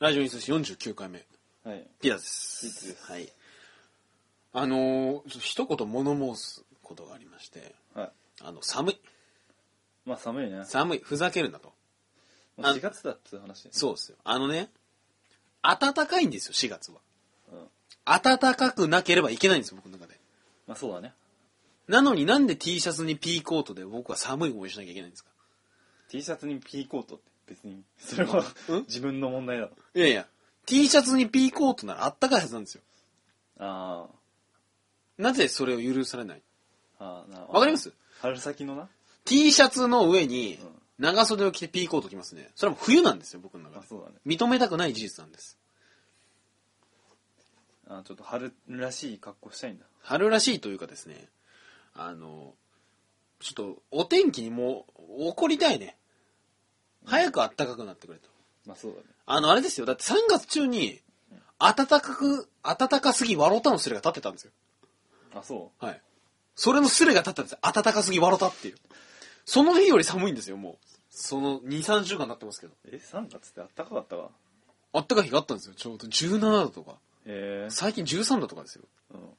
ラジオインス49回目はい。ピラですピッツですはいあのー、ちょっと一言物申すことがありましてはい。あの寒いまあ寒いね。寒いふざけるなともあう4月だっつう話だよねそうですよあのね暖かいんですよ4月はうん。暖かくなければいけないんですよ僕の中でまあそうだね。なのになんで T シャツにピーコートで僕は寒い思いしなきゃいけないんですか T シャツにピーコートって別に、 それはうん自分の問題だろ。いやいや T シャツにピーコートならあったかいはずなんですよあなぜそれを許されないあ。ああ、なわかります春先のな。 T シャツの上にうん長袖を着てピーコート着ますねそれはもう冬なんですよ僕の中まあでそうだね。認めたくない事実なんですああちょっと春らしい格好したいんだ。春らしいというかですねあのちょっとお天気にもう怒りたいね早く暖かくなってくれとまあそうだね。あのあれですよだって3月中に暖かく暖かすぎ笑うたのスレが立ってたんですよあ、そはいそれのスレが立ったんですよ暖かすぎ笑うたっていうその日より寒いんですよもうその23週間経ってますけどう。え、3月ってあったかかったかあったかい日があったんですよちょうど17度とかへえ。最近13度とかですようん。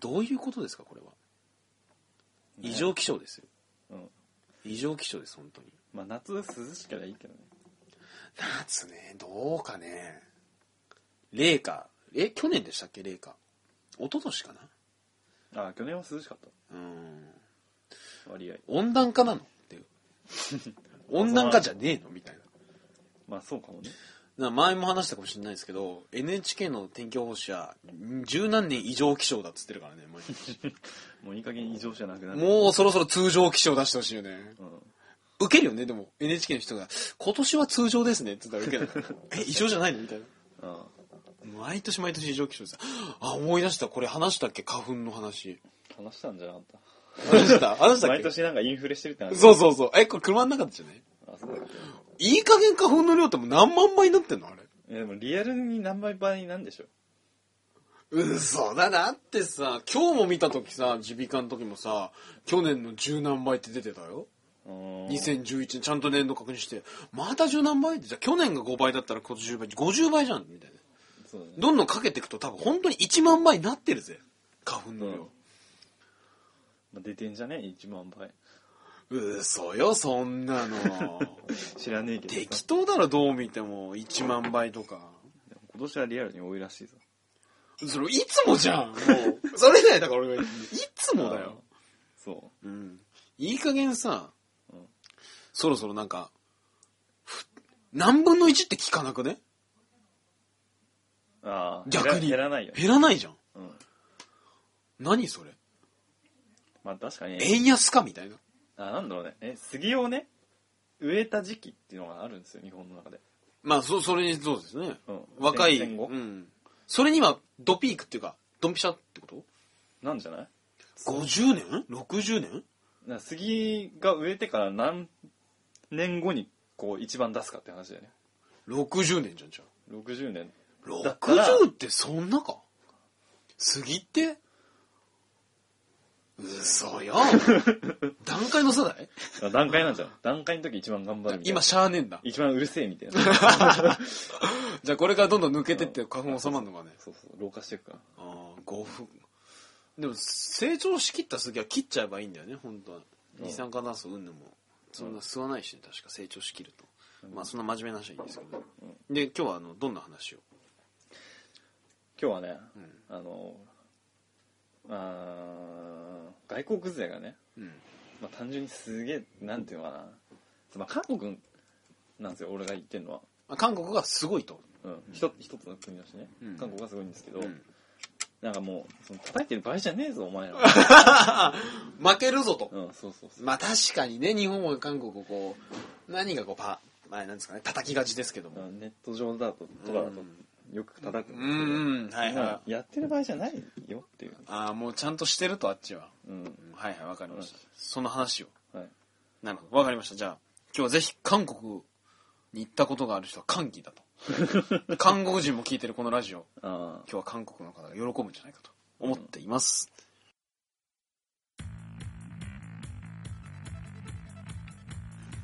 どういうことですかこれはね異常気象ですようん。異常気象です本当にまあ夏涼しければいいけどね。夏ねどうかね冷夏え去年でしたっけ冷夏一昨年かなああ、去年は涼しかっうんた。割合。温暖化なの っていう温暖化じゃねえのみたいなまあそうかもね。な前も話したかもしれないですけど NHK の天気予報士はん十何年異常気象だっつってるからね毎 日もういい加減異常じゃなくなる。もうそろそろ通常気象出してほしいよねうん。受けるよねでも NHK の人が「今年は通常ですね」って言ったら受けない え異常じゃないのみたいなうん。毎年毎年異常気象ですあ思い出したこれ話したっけ花粉の 話話したんじゃなかっ話した話したたっ毎け年なんかインフレしてるって話そうそうそうえこれ車の中でじゃないあそうだっいい加減花粉の量ってもう何万倍になってんのあれけいやでもリアルに何倍倍なんでしょ嘘だなってさ今日も見た時さ耳鼻科の時もさ去年の十何倍って出てたようーん2011年ちゃんと年度確認してまた十何倍ってじゃあ去年が5倍だったら今年10倍50倍じゃんみたいなそうだねどんどんかけていくと多分本当に1万倍になってるぜ花粉の量、まあ、出てんじゃね1万倍嘘よそんな の知らねえけどさ適当だろどう見ても1万倍とかでも今年はリアルに多いらしいぞそれいつもじゃんもう それ以来だから俺が言っていつもだよ、そうん、いい加減さ、うんそろそろなんかふ何分の1って聞かなくねうああ逆に減ら減らないよね、減らないじゃんうん、何それまあ確かに円安かみたいなあなんだろうねえ杉をね植えた時期っていうのがあるんですよ日本の中で、まあそそれにそうですね、うん、若い、う戦後、ん、それにはドピークっていうかドンピシャってことなんじゃない50年 ?60 年な杉が植えてから何年後にこう一番出すかって話だよね ?60 年じゃんじゃん。 60年だったら60ってそんなか杉って嘘 よ。段階の世代あ段階なんじゃない段階の時一番頑張るみたいな今しゃあねえんだ。一番うるせえみたいなじゃあこれからどんどん抜けてって花粉収まるのがね。そうそう老化していくからああ、5分。でも成長しきった杉は切っちゃえばいいんだよね、本当は。うん二酸化炭素うんぬも。そんな吸わないしね、確か成長しきると。まあそんな真面目な話はいいんですけどね。で、今日はあの、どんな話を今日はね、んあのあー外国勢がね、うん。まあ、単純にすげえなんていうのかな、まあ、韓国なんですよ俺が言ってるのは、まあ韓国がすごいと。うん、一つ一つの国だしね、うん韓国がすごいんですけど、うんなんかもうその叩いてる場合じゃねえぞお前 ら負けるぞと。うんそうそうそうまあ確かにね、日本は韓国をこう、何がこうパ、まあなんですかね、叩きがちですけども。ネット上だととかだとよく叩くんうでんすけど、うん、はいまはあい。やってる場合じゃないよっていう、ああ、もうちゃんとしてるとあっちは。うんうんはいはい、わかりましたうん。その話を。はい、なるほど、わかりました。じゃあ、今日はぜひ韓国に行ったことがある人は歓喜だ と。韓国人も聞いてるこのラジオ、あ今日は韓国の方が喜ぶんじゃないかと思っています。あ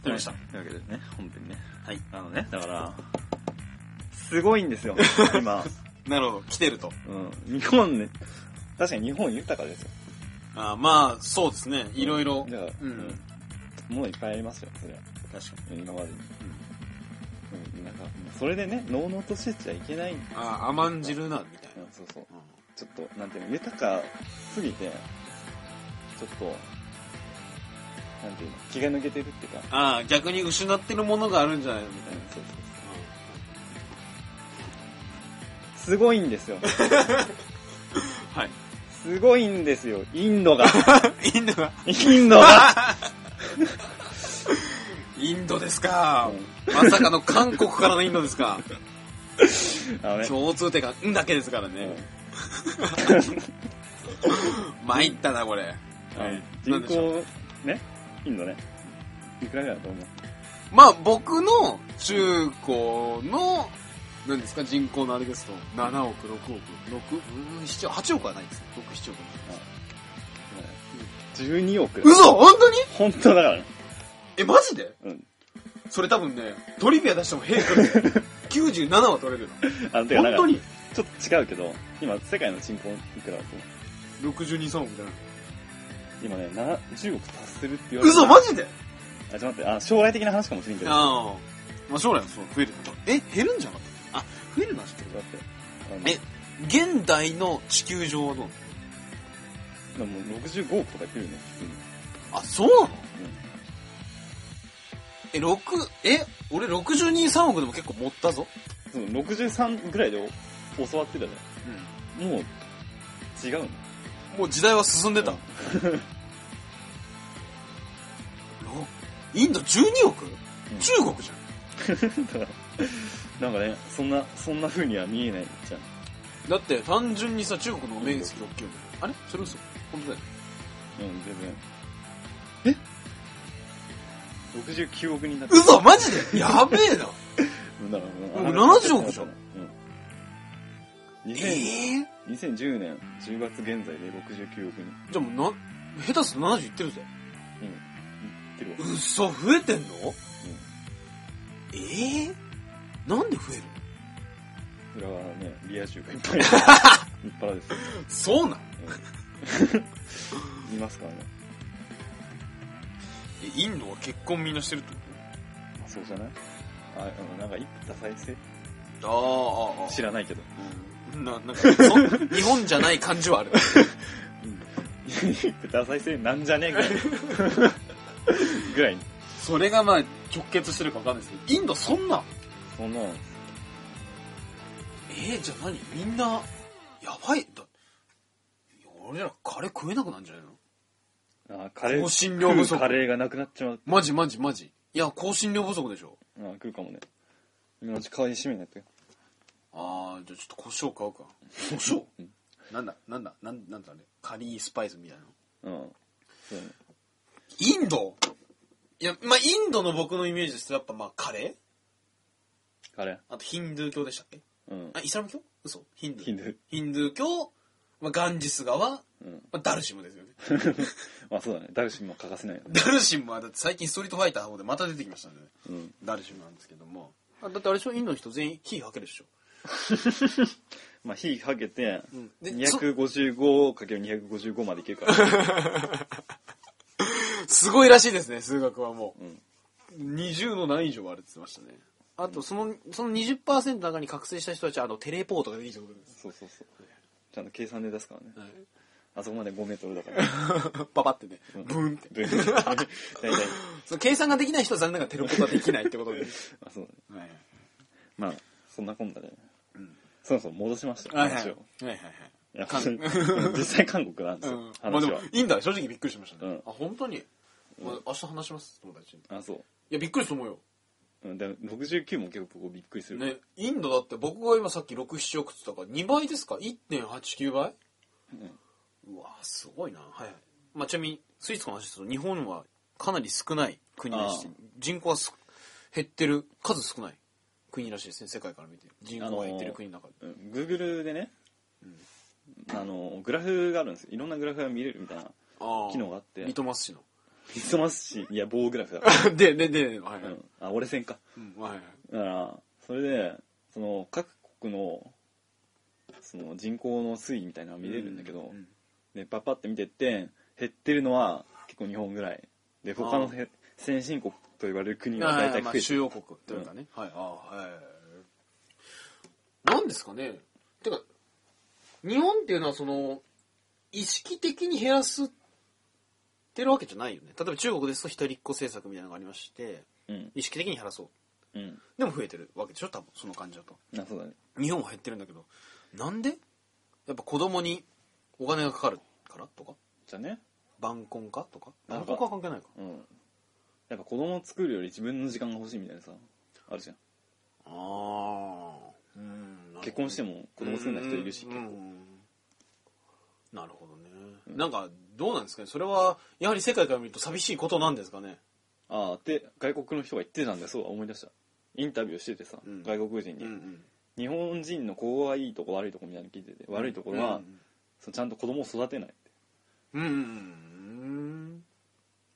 出ました。というわけでね本編ねはい。あのね、だから、すごいんです よ今、なるほど来てるとうん、日本ね確かに日本豊かですよあーまあそうですねいろいろじゃあ、うん、うん、もういっぱいありますよそれは確かに今までに、うん、なんかそれでねのうのうとしてちゃいけない、うん、あー甘んじるなみたいな、そうそううんちょっとなんていうの豊かすぎてちょっとなんていうの気が抜けてるっていうか、ああ逆に失ってるものがあるんじゃないのみうん、たいな、そうそうすごいんですよはいすごいんですよインドが インドがインドが、インドですかうん、まさかの韓国からのインドですかダメ共通点が「ん」だけですからね、参ったなこれ、あのな人んでしょう口ねインドねいくらぐらいだと思うまあ僕の中高の何ですか人口のあれですと7億6億6うん7 8億はないですね6 7億はないです12億だ嘘本当に本当だからねえマジでうんそれ多分ねトリビア出しても平均97は 取れるあのてのか本なん当かにちょっと違うけど今世界の人口いくらだと思う623億じゃない今ねな10億達するって言われて嘘マジであちょっと待ってあ将来的な話かもしれんけどだっああまあ将来はそう増えるえ減るんじゃなかったあ増えるな知ってるてあのえ現代の地球上はどうでももう65億とかいってるよねあそうなの普通に、え6え俺623億でも結構持ったぞうん、そう63ぐらいでお教わってたじゃんもう違うのもう時代は進 んでた、うんろインド12億、うん中国じゃんだから なんかねそんなそんな風には見えないじゃんだって単純にさ中国の面積大きいよねあれそれ嘘本当だようん、全然。え ?69 億人だった。嘘マジでやべ えなうんだからもう70億じゃんうん。え2000ー、 2010年10月現在で69億人。じゃあもうな下手すると70いってるぜうん。いってるわ。嘘増えてんのえー、なんで増えるうん。裏側はね、リア充がいっ ぱいいる。立派ですよ。のそうなんいますからね。えインドは結婚みんなしてるってこあそうじゃないあ、うんなんか一夫多妻制とああああ知らないけど。 うんな、なんか、そ日本じゃない感じはある。一夫多妻制なんじゃね えぐらい。ぐらいに。それがまあ、直結してるかわかんないですけど、インドそんな、そんなのえー、じゃあ何みんな、やばい。だいや俺らカレー食えなくなんじゃないのあカレー香辛料不足食うカレーがなくなっちまう、マジマジマジ。いや、香辛料不足でしょ。あ食うかもね今のうち代わりに締めになってよあー、じゃあちょっと胡椒買うか。胡椒なんだ、なんだ、なんなんだね。カリースパイスみたいなの。うんそうねインドいや、まあ、インドの僕のイメージですと、やっぱまあ、カレカレーあとヒンドゥー教でしたっけーうんあ、イスラム教嘘ヒンドゥー。ヒンドゥーヒンドゥー教、まあ、ガンジス川、うん まあ、ダルシムですよね。 まあそうだねダルシムも欠かせないよねダルシムはだって最近ストリートファイターの方でまた出てきましたね。うんダルシムなんですけども。あだってあれでしょインドの人全員火吐けるでしょまあ火かけて、んで255かける255までいけるから、 すごいらしいですね、数学はもうん、う。20の何以上はあるって言ってましたね。あと、その、その20%の中に覚醒した人たちは、あの、テレポートができるってことです。そうそうそうちゃんと計算で出すからねはいあそこまで5メートルだからパパってね、う んブ ンって。大体その計算ができない人は残念ながらテレポートはできないってことです。あそうだ ねはいまあそんなこんなで、んそろそろ戻しましたよはいはい。は話いをはいはい。いや韓 実際韓国なんでうすよ、ん。まあで話もは、インドは正直びっくりしましたうねん。あ、本当にまあ明日話します、友達に。あそういや、びっくりすると思うよ。うん、でも69も結構こうびっくりする、ね、インドだって僕が今さっき67億って言ったから2倍ですか1.89倍、うわーすごいなはいはい、まあ、ちなみにスイーツの話ですと日本はかなり少ない国でしてあ人口はす減ってる数少ない国らしいですね世界から見て人口が減ってる国の中で、うん Google でね、あのグラフがあるんですよいろんなグラフが見れるみたいなあー機能があって三笘市の見せますしい や棒グラフだかででではいはい、ら、うん、あ俺線かうんはいはいだからそれでその各国のその人口の推移みたいなのが見れるんだけど、うんでパッパって見てって減ってるのは結構日本ぐらいで他あのーへ先進国と言われる国はあ大体ー増まえあてる主要国というかね、はいああはいなんですかねてか日本っていうのはその意識的に減らすってるわけじゃないよね例えば中国ですと一人っ子政策みたいなのがありましてうん意識的に減らそううんでも増えてるわけでしょ多分その感じだとあそうだね日本は減ってるんだけどなんでやっぱ子供にお金がかかるからとかじゃあね晩婚化とか晩晩婚婚化化は関係ないかうんやっぱ子供作るより自分の時間が欲しいみたいなさあるじゃんああうん結婚しても子供作んない人いるしうん結う構んなるほどね、なんかどうなんですかねそれはやはり世界から見ると寂しいことなんですかねああって外国の人が言ってたんだよそうだ思い出したインタビューしててさ、うん外国人に、ん日本人のここがいいとこ悪いとこみたいなの聞いてて、悪いところは、そのちゃんと子供を育てないってうんうんうんうん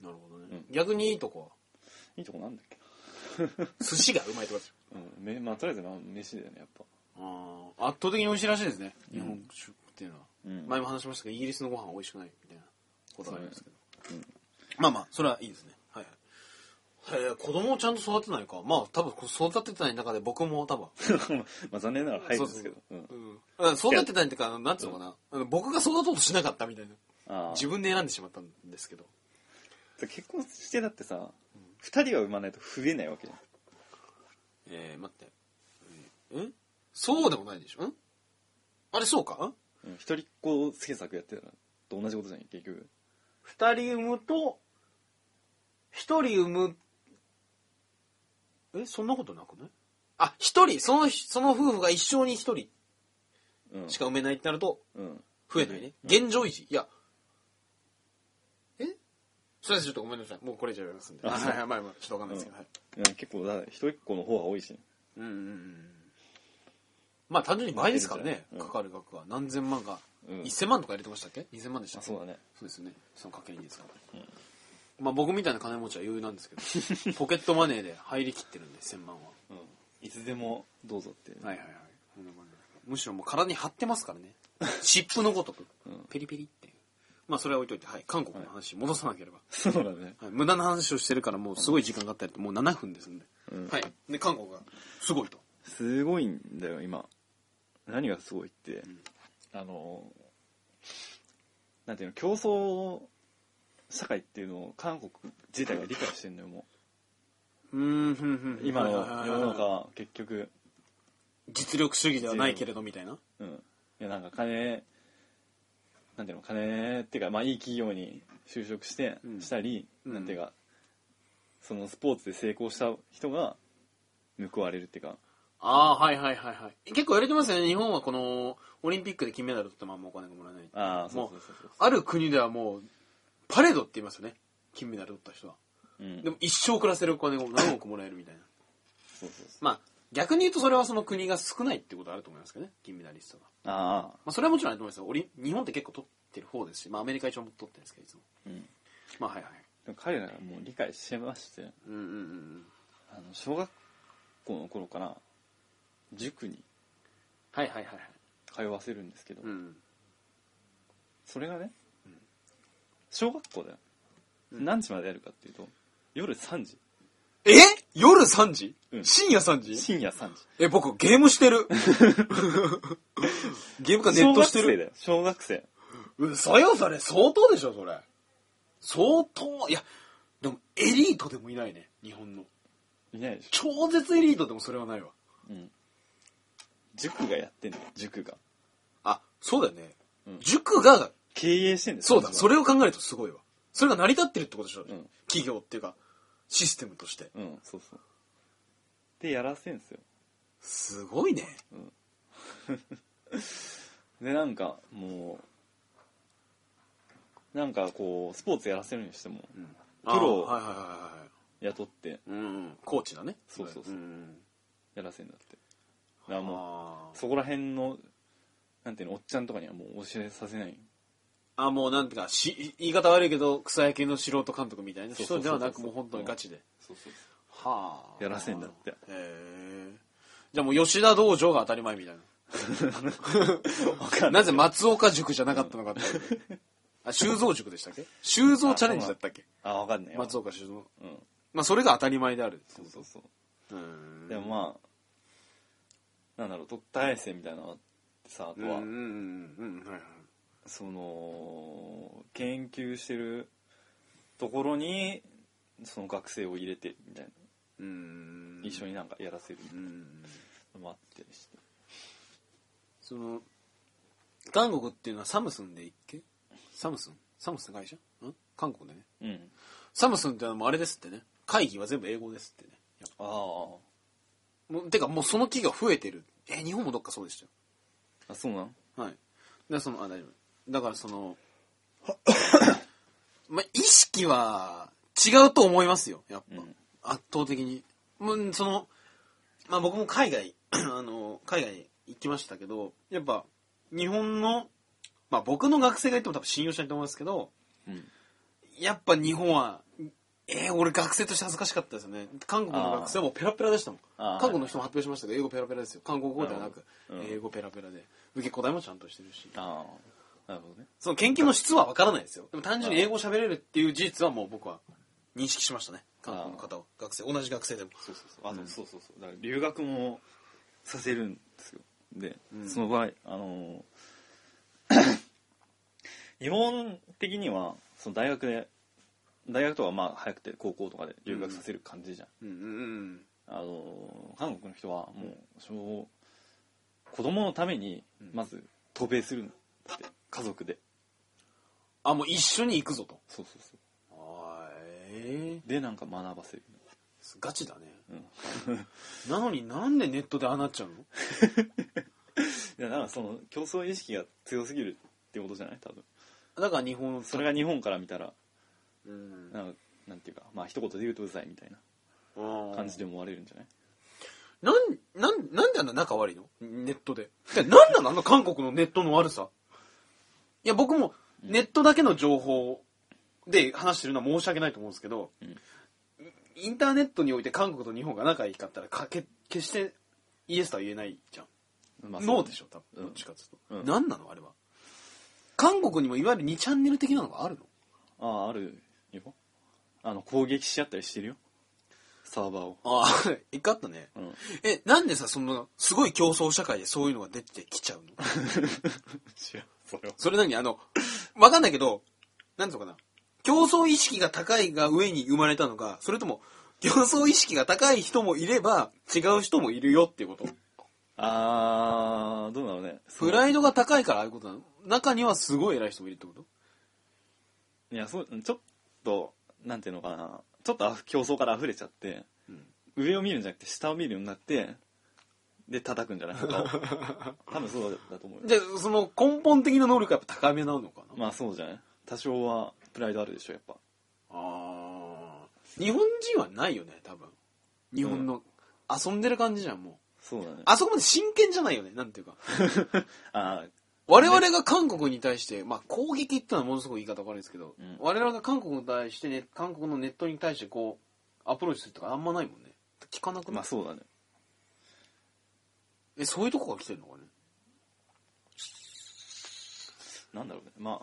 なるほどね、う逆にいいとこいいとこなんだっけは寿司がうまいとかですなうんめまあとりあえずまあ飯だよねやっぱあー圧倒的に美味しいらしいですねうん日本食っていうのは、うん前も話しましたけどイギリスのご飯は美味しくないみたいなことがありますけど、そうねまあまあそれはいいですねはいはいへえ子供をちゃんと育てないかまあ多分育ててない中で僕も多分 まあ残念ながら入るんですけどそううんうん、育てたいっていうかなんつうのかな、あの僕が育とうとしなかったみたいなああ自分で選んでしまったんですけど結婚してだってさ二人は産まないと増えないわけじゃんえー、待ってえんそうでもないでしょんあれそうかんうん一人っ子政策やってたらと同じことじゃん結局二人産むと一人産むえそんなことなくないあ一人そのその夫婦が一生に一人うんしか産めないってなるとうん増えないね。うん現状維持。いや。えそれはちょっとごめんなさい。もうこれ以上やりますんで。あはいそうはいはい。 まあまあ、ちょっとわかんないですけど。はいいや結構だ一人っ子の方が多いしうんうんうん。まあ単純に倍ですからねう。んかかる額は。何千万か。うん1000万とか入れてましたっけ ?2000 万でしたあっけそうだねそうですよね。そのかけにですから。まあ僕みたいな金持ちは余裕なんですけど、 ポケットマネーで入りきってるんで、1000万は。うんいつでもどうぞってはいはいはい。むしろもう体に張ってますからね。湿布のごとくうん。ペリペリっていう。まあそれは置いといて、はい。韓国の話戻さなければ。 そうだねはい、無駄な話をしてるからもうすごい時間があったりともう7分ですんで、うんはいで韓国がすごいとすごいんだよ今何がすごいって、あのなんていうの競争社会っていうのを韓国自体が理解してんのよもうーんふんふんう今のはいはいはいはい世の中は結局、実力主義ではないけれどみたいなうん、いやなんか金なんていうの金っていうかまあいい企業に就職して、うんしたり、うんなんていうかそのスポーツで成功した人が報われるっていうかああーはいはいはいはい結構言われてますよね日本はこのオリンピックで金メダル取ってもあんまお金がもらえないああそもうそううそうそうある国ではもうパレードって言いますよね金メダル取った人はうんでも一生暮らせるお金を何億もらえるみたいなそうそうそうまあ逆に言うとそれはその国が少ないってことはあると思いますけどね金メダリストがああまあそれはもちろんあると思いますよオリン日本って結構取ってる方ですし、まあ、アメリカ一応取ってるんですけどいつもうんまあはいはい。でも彼らがもう理解してましてうんうんうん。あの小学校の頃から塾にはいはいはいはい。通わせるんですけど、うん。それがね小学校だうよ、ん何時までやるかっていうと夜3時え夜3時、うん深夜3時深夜3時え、僕ゲームして る。ゲームかネットして小学生だる。よ小学生嘘よ、それ。相当でしょ、それ。相当。いや、でもエリートでもいないね、日本の。いないでし超絶エリートでもそれはないわ。ょ、うん、塾がやってんだよ塾があ、そうだよね。うん塾が、経営してんだよそうだ、それれを考えるとすごいわ。それが成り立ってるってことでしょ、ん企業っていうか、システムとして。うんそうそうでやらせんすよすごいね。でなんかもうなんかこうスポーツやらせるにしてもプロあーはいはいはいはいはい。雇ってうんうん、コーチだねそうそうそううんやらせんだってだからうん、もうあーそこら辺のなんていうのおっちゃんとかにはもう教えさせないあもうなんていうかし言い方悪いけど草野球の素人監督みたいなそうそう人そうでそはうなくもう本当にガチでそうそうはあやらせんだってへえじゃあもう吉田道場が当たり前みたい わな。かんな ないぜ松岡塾じゃなかったのかって。あ、修造塾でしたっけ修造チャレンジだったっけあわかんないわ松岡修造。うんまあそれが当たり前である。そうそうそううん。でもまあなんだろう特待衛生みたいなのあってさあうとんうんは、うんうんうんはいはい。その研究してるところにその学生を入れてみたいな、うん一緒になんかやらせるみたういんなのもあったりしてその韓国っていうのはサムスンでいっけサムスンサムスン会社ん韓国でねうんサムスンってのはもうあれですってね会議は全部英語ですってねああもうてかもうその企業増えてるえ日本もどっかそうでしたあそうなんよはいでそのあ大丈夫だからその まあ意識は違うと思いますよやっぱ、うん圧倒的にもうそのまあ僕も海外 あの海外に行きましたけどやっぱ日本のまあ僕の学生が言っても多分信用しないと思うんですけどうんやっぱ日本はえー、俺学生として恥ずかしかったですよね韓国の学生はもうペラペラでしたもんあー韓国の人も発表しましたけど英語ペラペラですよ韓国語ではなくうん英語ペラペラで受け答えもちゃんとしてるしああなるほどねその研究の質は分からないですよでも単純に英語を喋れるっていう事実はもう僕は認識しましたね韓国の方を学生同じ学生でもそうそうそうあの、うんそうそうそうだから留学もさせるんですよで、うんその場合あの 日本的にはその大学で大学とかまあ早くて高校とかで留学させる感じじゃん、うんうんうんあの韓国の人はもう小子供のためにうんまず渡米するんだって家族であ、もう一緒に行くぞと。そうそうそうあえでなんか学ばせる、ガチだね。うん、なのになんでネットでああなっちゃうのいやなんかその競争意識が強すぎるってことじゃない多分だから日本のそれが日本から見たらうんなんかなんていうかまあ一言で言うとうざいみたいな感じで思われるんじゃないなん、なん、なんであんな仲悪いのネットで。てかなんなのあの韓国のネットの悪さ。いや、僕もネットだけの情報で話してるのは申し訳ないと思うんですけど、うんインターネットにおいて韓国と日本が仲いいかったらかけ、決してイエスとは言えないじゃん。まあノーでしょ多う分んどっちかっつうと、うん何なのあれは韓国にもいわゆる2チャンネル的なのがあるのあああるよあの攻撃し合ったりしてるよサーバーをああ 一回あったねうんえなんでさそのすごい競争社会でそういうのが出てきちゃうの知らんそれはそれなのにあの わかんないけどなんとかな競争意識が高いが上に生まれたのかそれとも競争意識が高い人もいれば違う人もいるよっていうことあーどうなのねプライイドが高いからああいうことなの中にはすごい偉い人もいるってこといやそうちょっとなんていうのかなちょっとあふ競争から溢れちゃって、上を見るんじゃなくて下を見るようになってで叩くんじゃな い他を多分そうだと思うよじゃあその根本的な能力がやっぱ高めなのかなまあそうじゃない多少はプライドあるでしょやっぱあー日本人はないよね多分日本の、遊んでる感じじゃんもうそうだねあそこまで真剣じゃないよねなんていうかあー我々が韓国に対して、まあ、攻撃ってのはものすごく言い方悪いですけど、うん我々が韓国に対して、ね、韓国のネットに対してこうアプローチするとかあんまないもんね聞かなくない、まあそうだねえそういうとこが来てるのかねなんだろうねまあ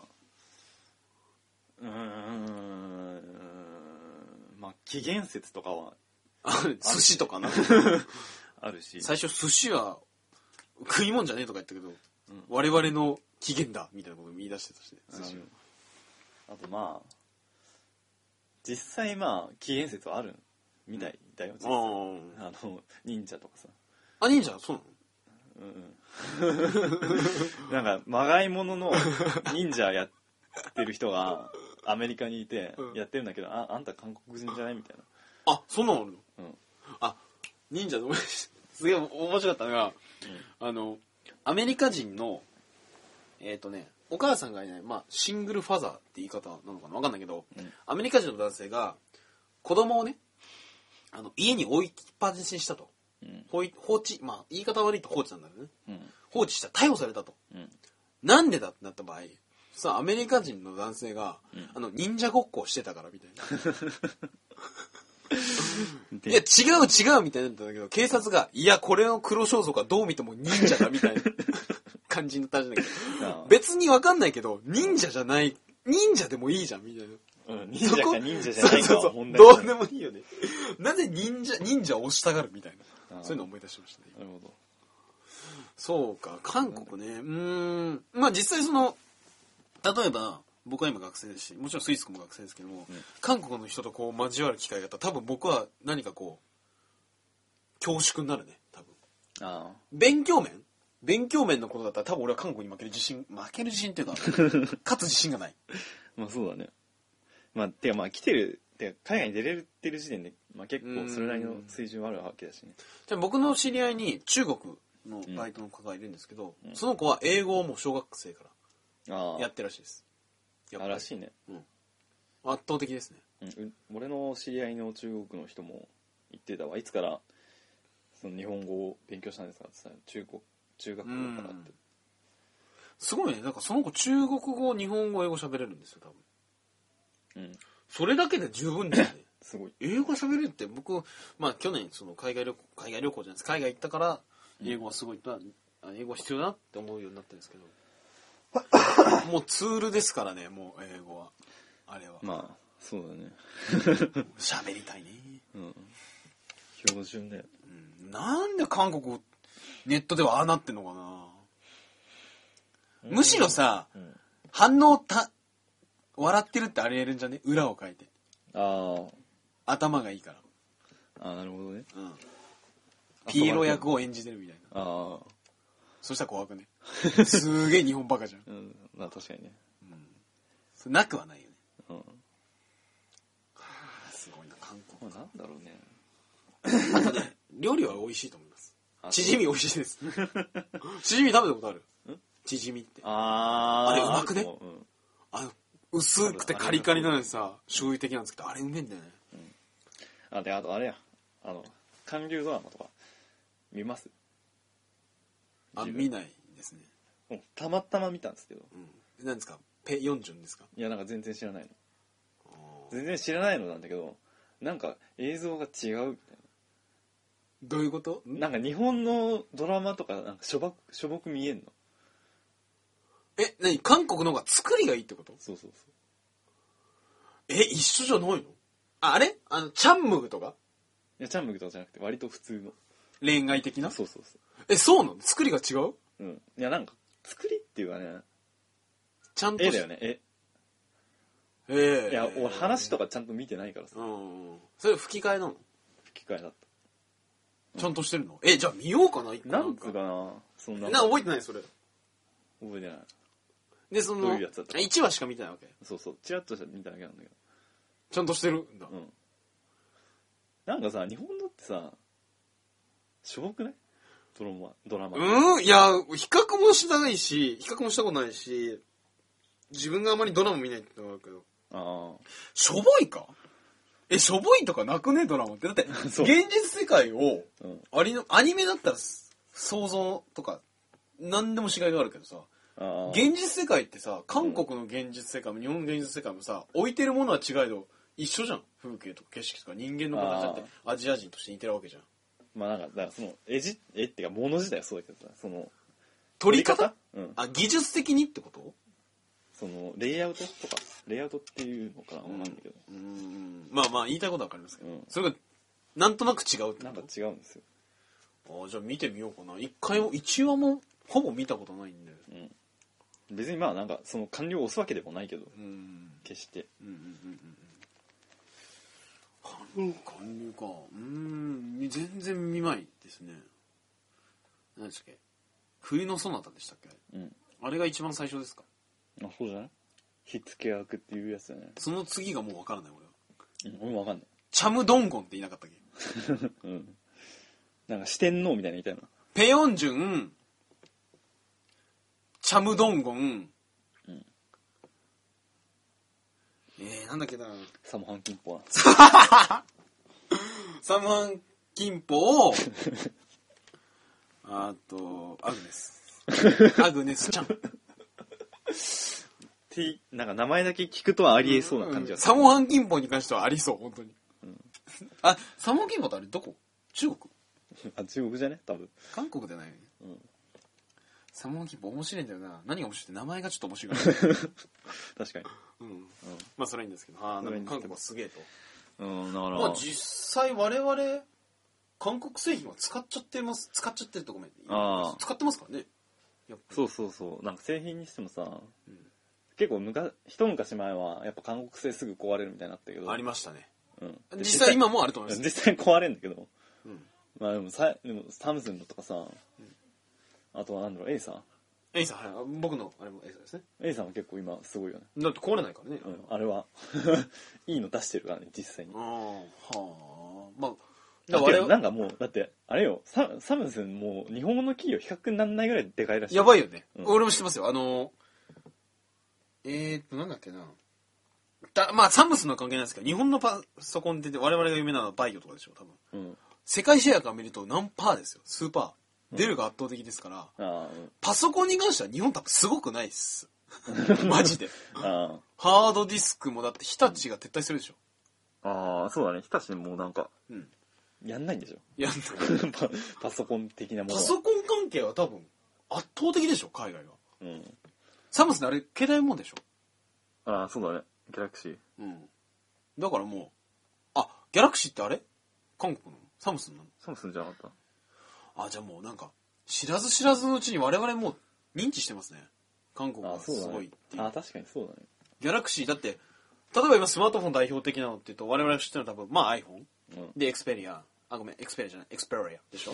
うーんまあ起源説とかはあ 寿司とかなあるし最初寿司は食い物じゃねえとか言ったけど、うん我々の起源だみたいなことを言い出してたしねあ寿司はのあとまあ実際まあ起源説はあるみたいだよ実際ああの忍者とかさああ忍者そうなのうんうん なんかまがいものの忍者やってる人がアメリカにいてうんやってるんだけど、ああんた韓国人じゃないみたいあ、そんなのあるのな、うん、あ、忍者の、 すげえ面白かったのが、あの、アメリカ人の、えっ、とね、お母さんがいない、まあ、シングルファザーって言い方なのかなわかんないけど、うんアメリカ人の男性が、子供をね、あの、家に置いっぱなしにしたと。うん放い放置、まあ、言い方悪いと放置なんだよね。うん放置した、逮捕されたと。うんなんでだってなった場合、さアメリカ人の男性が、うんあの、忍者ごっこをしてたからみたいな。いや、違でう違うみたいになったんだけど、警察が、いや、これの黒装束はどう見ても忍者だみ たいな感じになったんだけあど、別にわかんないけど、忍者じゃない、忍者でもいいじゃんみたいな。うん忍者か忍者じゃそなういかそうはそう。問題どじゃうなでいもいいよね。なぜ忍者、忍者を押したがるみたいあな。ーそういうのを思い出しましたね。なるほどそうか、韓国ね。うーん。まあ実際その、例えば、僕は今学生ですし、もちろんスイス君も学生ですけども、うん韓国の人とこう交わる機会があったら、多分僕は何かこう、恐縮になるね、多分。あ勉強面勉強面のことだったら多分俺は韓国に負ける自信、負ける自信 っていうか、勝つ自信がない。あまあそうだねまあてかまあ来てるてか海外に出れてる時点で、まあ、結構それなりの水準はあるわけだしねじゃあ僕の知り合いに中国のバイトの子がいるんですけど、その子は英語をもう小学生かあらやってるらしいです。やっあぱりらしいね、圧倒的ですね。うん、う俺の知り合いの中国の人も言ってたわいつからその日本語を勉強したんですかって言ったら中国中学校からってすごいね。なんかその子中国語、日本語、英語喋れるんですよ、多分。うん、それだけで十分ですね。すごい英語喋れるって僕、まあ去年その海外旅行、海外旅行じゃないです。海外行ったから、英語はすごいな、あ英語は必要だなって思うようになったんですけど。もうツールですからね、もう英語は。あれは。まあそうだね喋りたいね。うん標準だようんなんで韓国ネットではああなってんのかなむしろさ、うん反応た、笑ってるってあれやるんじゃね裏を書いて。あ頭がいいから。あああなるほどねうん。ピエロ役を演じてるみたいな。ああそしたら怖くね。すげえ日本バカじゃん。うんまあ確かにねそれなくはないよね。うんすごいな、韓国。これなんだろうね料理は美味しいと思います。あチヂミ美味しいです。チヂミ食べたことあるチヂミって。あああれうまくねうんあの、薄くてカリカリなのにさ、醤油的なんですけど、あれうめえんだよね。あであとあれやあの韓流ドラマとか見ますあ、自分見ないですね。うんたまたま見たんですけどうん。なんですかペヨンジュンですかいやなんか全然知らないのあー全然知らないのなんだけどなんか映像が違うみたいどういうことんななんか日本のドラマとかなんかしょぼくしょぼく見えんのえ、なに韓国の方が作りがいいってことそうそうそうえ、一緒じゃないのあ、あれあの、チャンムグとかいやチャンムグとかじゃなくて割と普通の恋愛的なそうそうそえ、そうなの作りが違うううんいやなんか作りっていうかねちゃんとし。絵だよね絵ええいや俺話とかちゃんと見てないからさうんうん。それ吹き替えなの吹き替えだっちゃんとしてるのえ、じゃあ見ようかな、一た個なんつうかなそんなな覚覚えてないそれ。えてないで、そどうの、いうやつだった1話しか見てないわけ。そうそうチラッとした見ただけなんだけどちゃんとしてるんだ。うんなんかさ日本のってさしょぼくないドラマドラマ、うん、いや、比較もしないし、比較もしたことないし、自分があまりドラマ見ないってのがあるけど。あしょぼいかえ、しょぼいとかなくねドラマって。だって、現 そう実世界を、あうんありの、アニメだったら、想像とか、何でも違いがあるけどさ、あー現実世界ってさ韓国の現実世界も日本の現実世界もさ置いてるものは違いど一緒じゃん風景とか景色とか人間の形だってアジア人として似てるわけじゃんまあなんかだからその絵じ絵っていうか物自体はそうだけどさその撮り方うんあ技術的にってことそのレイアウトとかレイアウトっていうのかな、わかんだけどうんまあまあ言いたいことはわかりますけど、うんそれがなんとなく違うってなんこか違うんですよとあじゃあ見てみようかな一回も一話もほぼ見たことないんで別にまあなんかその官僚を押すわけでもないけどうん決してうんうんうんうんうん韓流韓流かうーんみ全然見まいですね何でしたっけ冬のソナタでしたっけうんあれが一番最初ですかあそうじゃない火付け役っていうやつだねその次がもう分からない俺はうん俺もわかんないチャムドンゴンって言いなかったっけ うんなんか四天王みたいなのいたよなペヨンジュンチャムドンゴン、うんえー、なんだっけなサモハンキンポはサムハンキンポ をあとアグネス アグネスちゃんってなんか名前だけ聞くとはありえそうな感じがサモハンキンポに関してはありそう本当に、あ、サンモキンバってあれどこ中国あ中国じゃね多分韓国じゃないよね。うんサンモキンバ面白いんだよな。何が面白いって名前がちょっと面 白いからね。確かにうん。まあそれはいいんですけど。ああ、そなれはいいんんでかす韓けど国はすげえと。うん、うん、だから、まあ実際我々、韓国製品は使っちゃってます。使っちゃってるとごめん。あー使ってますからね。やっぱりそうそうそうなんか製品にしてもさ、うん結構むか一昔前はやっぱ韓国製すぐ壊れるみたいになったけどありましたね。うん、で実際今もあると思います。実際壊れんだけどうん。まあでもさでもサムスンのとかさ、あとはなんだろうエイサーエイサー、はい。僕のあれもエイサーですね。エイサーは結構今すごいよね、だって壊れないからね。うん、あれは いいの出してるからね実際にああ、はあ。まあ、だだから我けど々なんかもうだってあれよササムスンもう日本の企業比較にならないぐらいでかいらしいやばいよね。うん俺も知ってますよ。あの、えーっと、なんだっけな。だまあ、サムスンの関係ないですけど、日本のパソコンって我々が有名なのはバイオとかでしょ、多分。うん世界シェアから見ると何パーですよ。数パー。出るが圧倒的ですから、あパソコンに関しては日本多分すごくないっ す。マジで。ーあハードディスクもだって日立が撤退するでしょ。ーあーそうだね日立もうなんかうん。やんないんでしょ いや、パパソコン的なものパはソコン関係は多分圧倒的でしょ、海外は。うん、サムスンあれ、携帯もんでしょ。ああそうだねギャラクシーうん。だからもう、あ、ギャラクシーってあれ韓国のサムスンなのサムスンじゃなかっあ、じゃあもうなんか、知らず知らずのうちに我々もう認知してますね。韓国たあはあすそうだごいっねていう。ああ確かにそうだねギャラクシーだって、例えば今スマートフォン代表的なのって言うと、我々が知ってるのは多分、まあ iPhone。うんで、Xperia。あ、ごめん、Xperia じゃない、Xperia で しょ。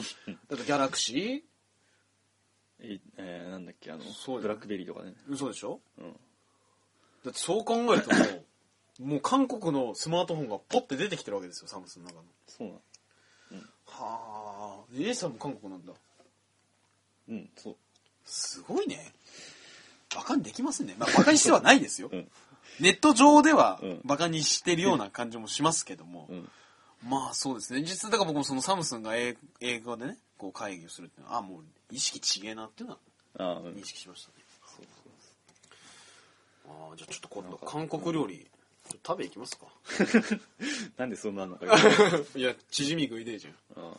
だとギャラクシえい、えーなんだっけあの、そうだねブラックベリーとかねーそうでしょうんだってそう考えるともう、 もう韓国のスマートフォンがポッて出てきてるわけですよ、サムスンの中の。そうなのはあ、エーサーも韓国なんだ。うんそうすごいね。バカにできませんね。まあ、バカにしてはないですよ。うんネット上ではうんバカにしてるような感じもしますけども。うんまあそうですね。実はだから僕もそのサムスンが英英語でね、こう会議をするっていうのは、あ、もう意識ちげえなっていうのはああうん認識しましたね。そうそうああ、じゃあちょっと今度韓国料理、ちょっと食べ行きますか。そうなんでそんなのか いや、チヂミ食いでえじゃん。あは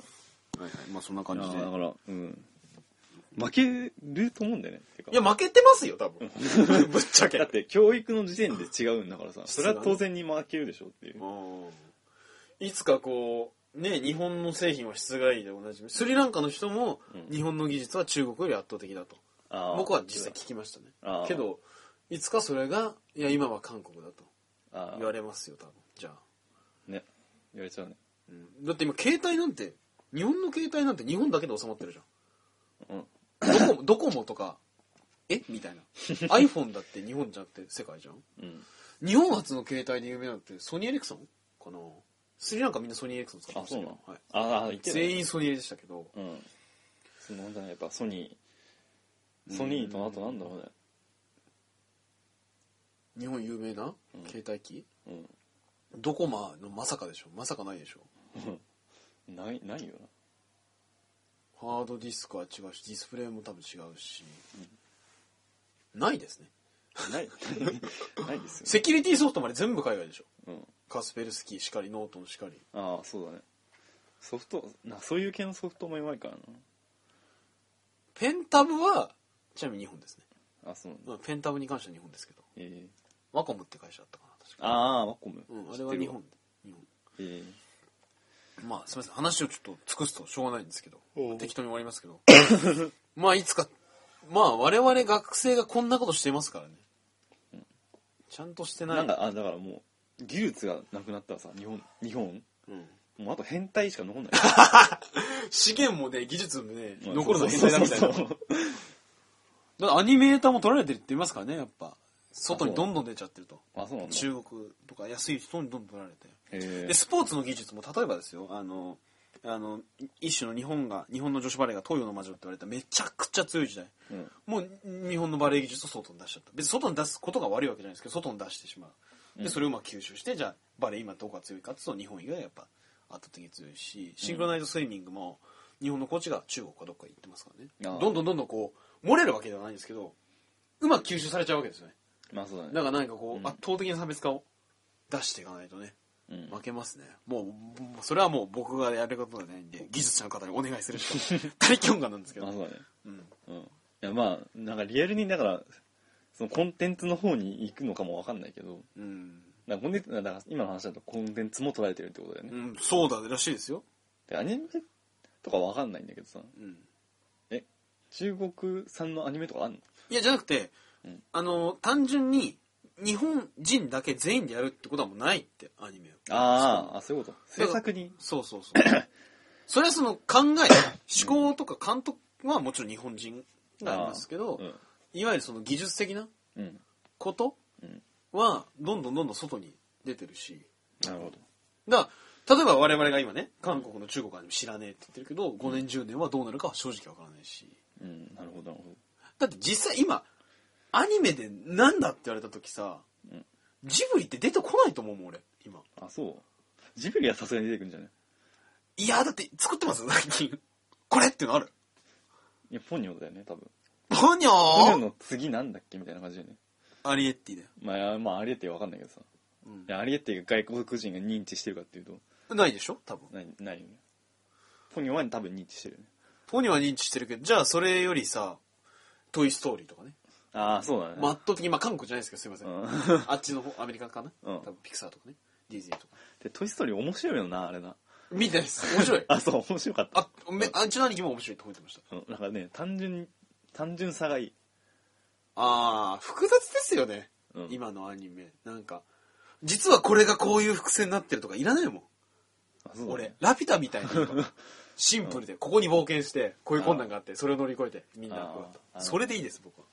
いはい。まあそんなあ感じで。だからうん負けると思うんだよねてかいや、負けてますよ、多分。 ぶっちゃけ。だって教育の時点で違うんだからさそれは当然に負けるでしょっていういつかこう、ね、日本の製品は質がいいでおなじみ。スリランカの人も、うん日本の技術は中国より圧倒的だと。ああ僕は実際聞きましたねあ。ーけど、いつかそれが、いや、今は韓国だとああ言われますよ、多分。じゃあ。ね言われちゃうねうんだって今、携帯なんて、日本の携帯なんて日本だけで収まってるじゃん。うんドコモ ドコモとか、えみた いな。iPhone だって日本じゃなくて世界じゃん。うん日本初の携帯で有名なのってソニーエレクソンかなスリランカみんなソニーエレクソン使ってあましたそうけなどの、はい、ああ言ってたね全員ソニーでしたけどうんそのなんだねやっぱソニーソニーとあとなんだろうね日本有名なうん携帯機、うドコモのまさかでしょまさかないでしょんないないよハードディスクは違うしディスプレイも多分違うし、ないですねなない ないですよセキュリティソフトまで全部海外でしょうんカスペルスキーしかりノートンしかりああそうだねソフトなそういう系のソフトも弱いからペンタブはちなみに日本ですねなあそうなんだうんペンタブに関しては日本ですけどええワコムって会社だったかな確かああワコムうん、あれは日本日本えまあ、すみません。話をちょっと尽くすとしょうがないんですけどおう、適当に終わり ますけど。まあ、いつか、まあ、我々学生がこんなことしてますからね。ちゃんとしてえない。なんかあだからもう技術がなくなったらさ日本日本うんもうあと変態しか残んない資源もね、技術もね、う ん残るのは変態だみたいな。だそうかそうそう らアニメーターも取られてるって言いますからね、やっぱ。外にどんどん出ちゃってると。あそうなんだ中国とか安い人にどんどん取られて。えで、スポーツの技術も、例えばですよ、あの、あの、一種の日本が、日本の女子バレーが東洋の魔女って言われためちゃくちゃ強い時代。えうんもう日本のバレエ技術を外に出しちゃった別に外に出すことが悪いわけじゃないですけど外に出してしまううでんそれをまあ吸収してじゃあバレエ今どこが強いかっていうと日本以外はやっぱ圧倒的に強いしシンクロナイズドスイミングも日本のコーチが中国かどっか行ってますからねああどんどんどんどんこう漏れるわけではないんですけどうまく吸収されちゃうわけですよねまあそうだねだからなんかこううん圧倒的な差別化を出していかないとねうん負けますね。もう、もうそれはもう僕がやることじゃないんで、技術者の方にお願いするし か、大気音感なんですけどあ。そうだねうん。うんいやまあなんかリアルにだからそのコンテンツの方に行くのかもわかんないけどうん。なんかコンテンツだから今の話だとコンテンツも捉えてるってことだよね、うん、そうだらしいですよ。でアニメとかわかんないんだけどさうん。中国産のアニメとかあんのいや、じゃなくて、うんあの、単純に、日本人だけ全員でやるってことはもうないって、アニメを。あーあそういうこと制作にそうそう そう。それはその考え、思考とか監督はもちろん日本人なんですけど、うんいわゆるその技術的なうんことうんは、どんどんどんどん外に出てるし、なるほどだから例えば我々が今ね、韓国の中国は知らねえって言ってるけど、5年10年はどうなるかは正直わからないし。うんなるほどなるほどだって実際今、アニメでなんだって言われた時さ、うんジブリって出てこないと思うもん俺、今。あそうジブリはさすがに出てくるんじゃないいや、だって作って ますよ、最近。これっていうのある。いやポニョだよね多分ポニョポニョーの次なんだっけみたいな感じだよねアリエッティだよ。まああまあアリエッティわかんないけどさうんいやアリエッティが外国人が認知してるかっていうとないでしょ多分。ないないよねポニョは多分認知してるよねポニョは認知してるけど、じゃあそれよりさ、トイストーリーとかね。ああそうだねまあ、圧倒的に、まあ韓国じゃないですけど、すいません。うん あっちの方、アメリカかな、うん多分ピクサーとかね。ディズニーとか。で「トイ・ストーリー」面白いよなあれな見てない です。面白い。あそう面白かったあ、め、あっちの兄貴も面白いって褒めてました。うんなんかね単純に単純さがいいああ、複雑ですよね。うん今のアニメ。なんか、実はこれがこういう伏線になってるとかいらないもん。あそうだね俺、ラピュタみたいなの が。シンプルで、ここに冒険して、こういう困難があって、それを乗り越えて、みんなこうやったあーそれでいいです、僕は。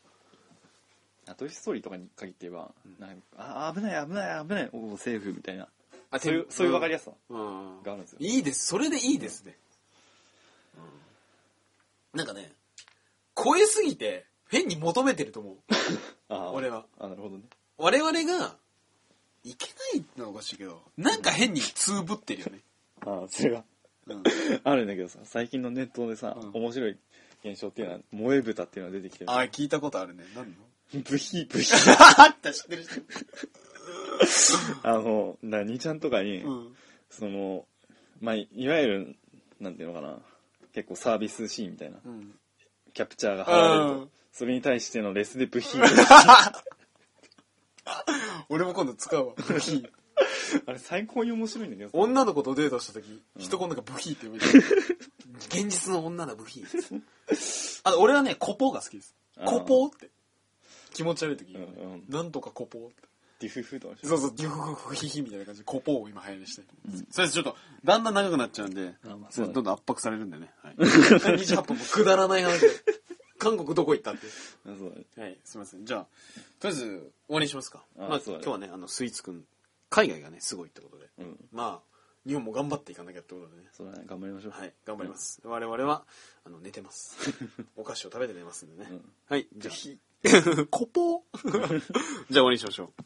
あトイ・ストーリーとかに限って言えば、なんかあ危ない危ない危ないおおセーフみたいなあそういうそういう分かりやすさうんがあるんですよいいですそれでいいですね、うんなんかね超えすぎて変に求めてると思うあー俺はあなるほどね我々がいけないってのはおかしいけどなんか変につぶってるよね、ああそれがうん、あるんだけどさ最近のネットでさ、うん面白い現象っていうのは萌え豚っていうのが出てきてるああ聞いたことあるね何のブヒブヒあった知ってる知ってる、あのな兄ちゃんとかに、うん、そのまあいいわゆるなんていうのかな結構サービスシーンみたいなうんキャプチャーが貼られるうとんそれに対してのレスで ブヒ俺も今度使うわブヒーあれ最高に面白いんだけどさ女の子とデートした時、人こんながブヒーって呼ぶじゃん現実の女のブヒーです あと俺はねコポーが好きですあーコポーって気持ち悪い時、うんうんなんとかコポーってディフフとかでしょそうそうデュフフフヒヒみたいな感じでコポーを今流行りにしてる、それちょっとだんだん長くなっちゃうんで、あまあそれそうだねどんどん圧迫されるんでね、はい、28分もくだらない話で韓国どこ行ったってあそうだねはい、すみません。じゃあ、とりあえず終わりにしますか。あまあ、そう今だね日はね、あの、スイーツくん、海外がね、すごいってことで、うんまあ、日本も頑張っていかなきゃってことでね。そうだね頑張りましょうはい、頑張ります。我々は、あの、寝てます。お菓子を食べて寝ますんでね。うんはい、じゃブヒあ、コポーじゃあ終わりにしましょう。